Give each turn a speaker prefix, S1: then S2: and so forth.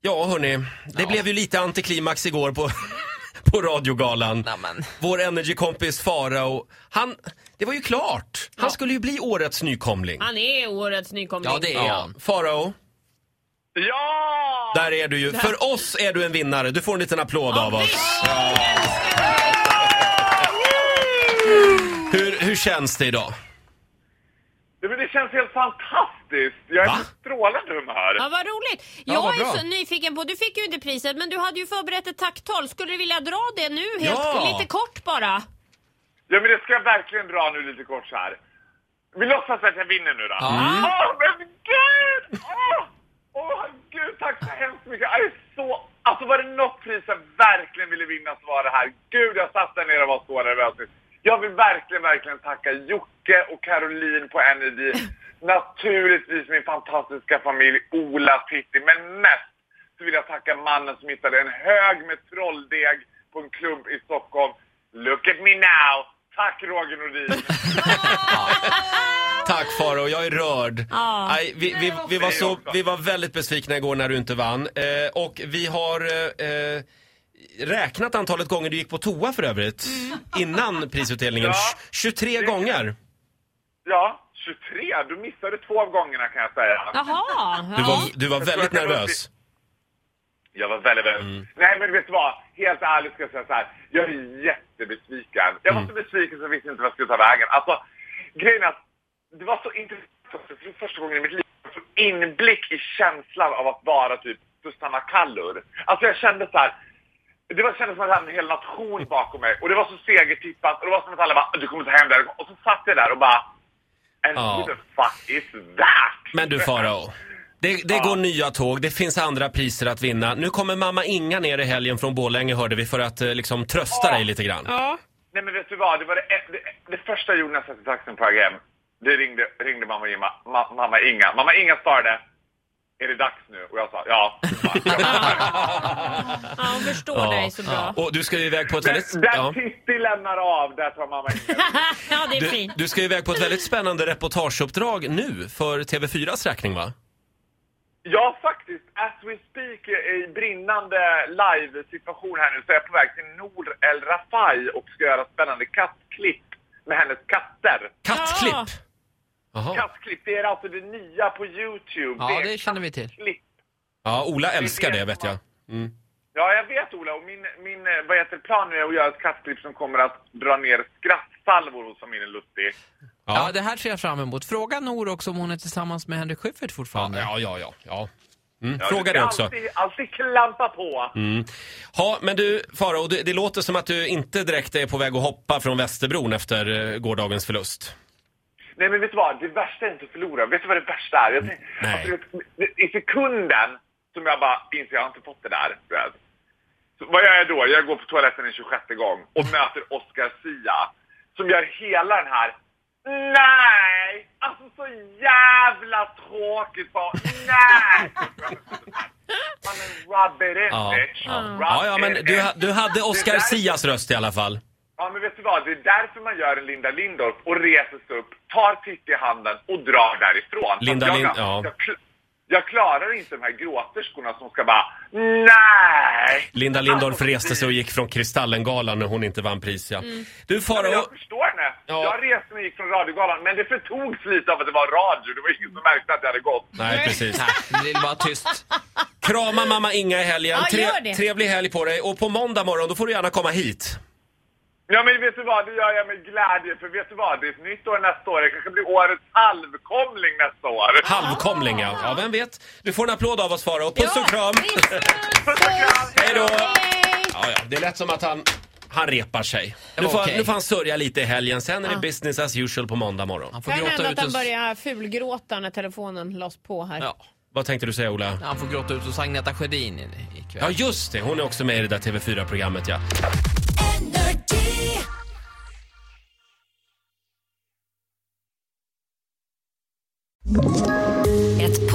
S1: Ja, hörni. Det blev ju lite antiklimax igår på, på radiogalan.
S2: Ja, men.
S1: Vår energikompis Farao, han, det var ju klart. Han skulle ju bli årets nykomling.
S3: Han är årets nykomling.
S2: Ja, det är
S1: Ja.
S2: han.
S1: Farao,
S4: Ja!
S1: där är du ju. För oss är du en vinnare. Du får en liten applåd av oss.
S3: Visst!
S1: Hur, hur känns det idag?
S4: Det, men det känns helt fantastiskt. Jag är
S1: Va?
S4: på strålande humör.
S3: Ja, vad roligt. Jag
S1: vad bra.
S3: är så nyfiken på, du fick ju inte priset, men du hade ju förberett ett tacktal. Skulle du vilja dra det nu? Helt,
S1: Ja.
S3: Lite kort bara.
S4: Ja, men det ska jag verkligen dra nu lite kort så här. Vi låtsas att jag vinner nu då. Åh,
S2: Mm.
S4: men gud! Åh, Åh, gud, tack så hemskt mycket. Jag är så... Alltså var det något pris jag verkligen ville vinna så var det här. Gud, jag satt där nere och var så nervös. Jag vill verkligen, verkligen tacka Jocke och Caroline på NID. Naturligtvis min fantastiska familj Ola Pitti, men mest så vill jag tacka mannen som hittade en hög med trolldeg på en klubb i Stockholm. Look at me now! Tack Roger Nordin!
S1: Tack Faro, jag är rörd.
S3: Ja.
S1: Nej, vi, vi, vi, var
S4: Det är
S1: så,
S4: jag också.
S1: vi var väldigt besvikna igår när du inte vann. Eh, och vi har eh, eh, räknat antalet gånger du gick på toa för övrigt.
S3: Mm.
S1: Innan prisutdelningen.
S4: Ja.
S1: 23 gånger.
S4: Ja, 23. Du missade två av gångerna kan jag säga.
S3: Jaha.
S1: Du var,
S3: Ja.
S1: du var
S4: Jag tror
S1: väldigt
S4: att jag var
S1: nervös.
S4: Jag var väldigt, väldigt...
S1: Mm.
S4: Nej, men vet du vad? Helt ärligt ska jag säga så här. Jag är jättebesviken. Jag var så
S1: Mm.
S4: besviken så jag visste inte vad jag skulle ta vägen. Alltså, grejen är att det var så intressant. också, för Det var första gången i mitt liv jag fick en inblick i känslan av att vara typ Susanna Kallur. Alltså jag kände så här. Det var, kändes som att jag hade en hel nation bakom mig och det var så segertippat och det var som att alla bara du kommer ta hem det här. Och så satt jag där och bara And
S1: Ja.
S4: who the fuck is that?
S1: Men du Farao. Det, det går nya tåg, det finns andra priser att vinna. Nu kommer mamma Inga ner i helgen från Borlänge hörde vi för att eh, liksom trösta
S4: Ja.
S1: dig lite grann.
S4: Nej men vet du vad, det var det, det, det första jag gjorde när jag satt i taxin på väg hem. Det ringde, ringde mamma, Inga, ma, mamma Inga. Mamma Inga svarade. Är det dags nu? Och jag sa ja. Hon bara, "Ja."
S3: Ja, hon förstår
S1: Ja.
S3: dig så bra.
S1: Och du ska ju iväg på ett väldigt...
S4: Där
S1: ja.
S4: Titti lämnar av, där tar mamma Inga.
S3: ja, det är
S1: Du,
S3: fint.
S1: du ska ju iväg på ett väldigt spännande reportageuppdrag nu för TV4s räkning va?
S4: Ja faktiskt, as we speak i brinnande live-situation här nu så är jag på väg till Nour El Rafai och ska göra spännande kattklipp med hennes katter.
S3: Ja.
S1: Kattklipp! Jaha.
S4: Kattklipp, det är alltså det nya på Youtube.
S2: Ja,
S4: är
S2: det känner vi till.
S4: kattklipp.
S1: Ja, Ola älskar det vet jag.
S4: Ja, jag vet Ola. Och min, min eh, vad heter det, plan nu är att göra ett kattklipp som kommer att dra ner skrattsalvor hos familjen Lustig.
S1: Ja.
S2: Ja, det här ser jag fram emot. Fråga Nor också om hon är tillsammans med Henrik Schyffert fortfarande.
S1: Ja, ja, ja. ja. Mm,
S4: Ja,
S1: fråga
S4: du
S1: det
S4: ska
S1: också.
S4: Alltid, alltid klampa på.
S1: Ja, men du Farao, det, det låter som att du inte direkt är på väg att hoppa från Västerbron efter eh, gårdagens förlust.
S4: Nej, men vet du vad? Det värsta är inte att förlora. Vet du vad det värsta är? Jag tänk,
S1: Nej.
S4: alltså, vet, du, I sekunden som jag bara inser jag har inte fått det där, du vet. Så vad gör jag då? Jag går på toaletten en 26 gång och
S1: Mm.
S4: möter Oscar Sia som gör hela den här Nej! Alltså så jävla tråkigt bara. Nej! Man rub it in,
S1: Ja.
S4: bitch. Rub
S1: Ja, ja, men
S4: it
S1: du,
S4: in.
S1: ha- du hade
S4: Mm. Det
S1: Oscar
S4: där-
S1: Sias röst i alla fall.
S4: Ja, men vet du vad? Det är därför man gör en Linda Lindorff och reser sig upp, tar Titti i handen och drar därifrån. Alltså,
S1: Linda
S4: jag,
S1: Lind- ja.
S4: jag, kl- jag klarar inte de här gråterskorna som ska bara nej.
S1: Linda Lindorff reste sig och gick från Kristallengalan när hon inte vann pris, ja.
S4: Mm.
S1: Du
S4: Men
S1: Farao,
S4: jag förstår henne.
S1: Ja.
S4: Jag reste mig och gick från radiogalan, men det förtogs lite av att det var radio. Det var ingen som märkte att det hade gått.
S1: nej precis.
S2: Nej, det är bara tyst.
S1: Krama mamma Inga i helgen.
S3: Ja, gör det.
S1: trevlig helg på dig. Och på måndag morgon, då får du gärna komma hit.
S4: Ja, men vet du vad? Det gör jag med glädje, för vet du vad? Det är ett nytt år nästa år. Det kanske blir årets halvkomling nästa år.
S1: Halvkomling, ja. Ja, vem vet? Du får en applåd av oss, Farao. Puss och kram!
S3: Ah. Visst.
S4: Puss och kram!
S1: Hej då!
S3: Hej.
S1: Ja, ja, det lät som att han, han repar sig. Nu får,
S2: Okej.
S1: nu får han sörja lite i helgen, sen är det business as usual på måndag morgon.
S2: Han får
S3: Kan hända
S2: gråta ut
S3: att han
S2: och...
S3: börjar fulgråta när telefonen lades på här.
S2: Ja,
S1: Vad tänkte du säga, Ola?
S2: han får gråta ut hos Agneta Sjödin i- ikväll.
S1: Ja, just det. Hon är också med i det där TV4-programmet, ja.
S5: Ett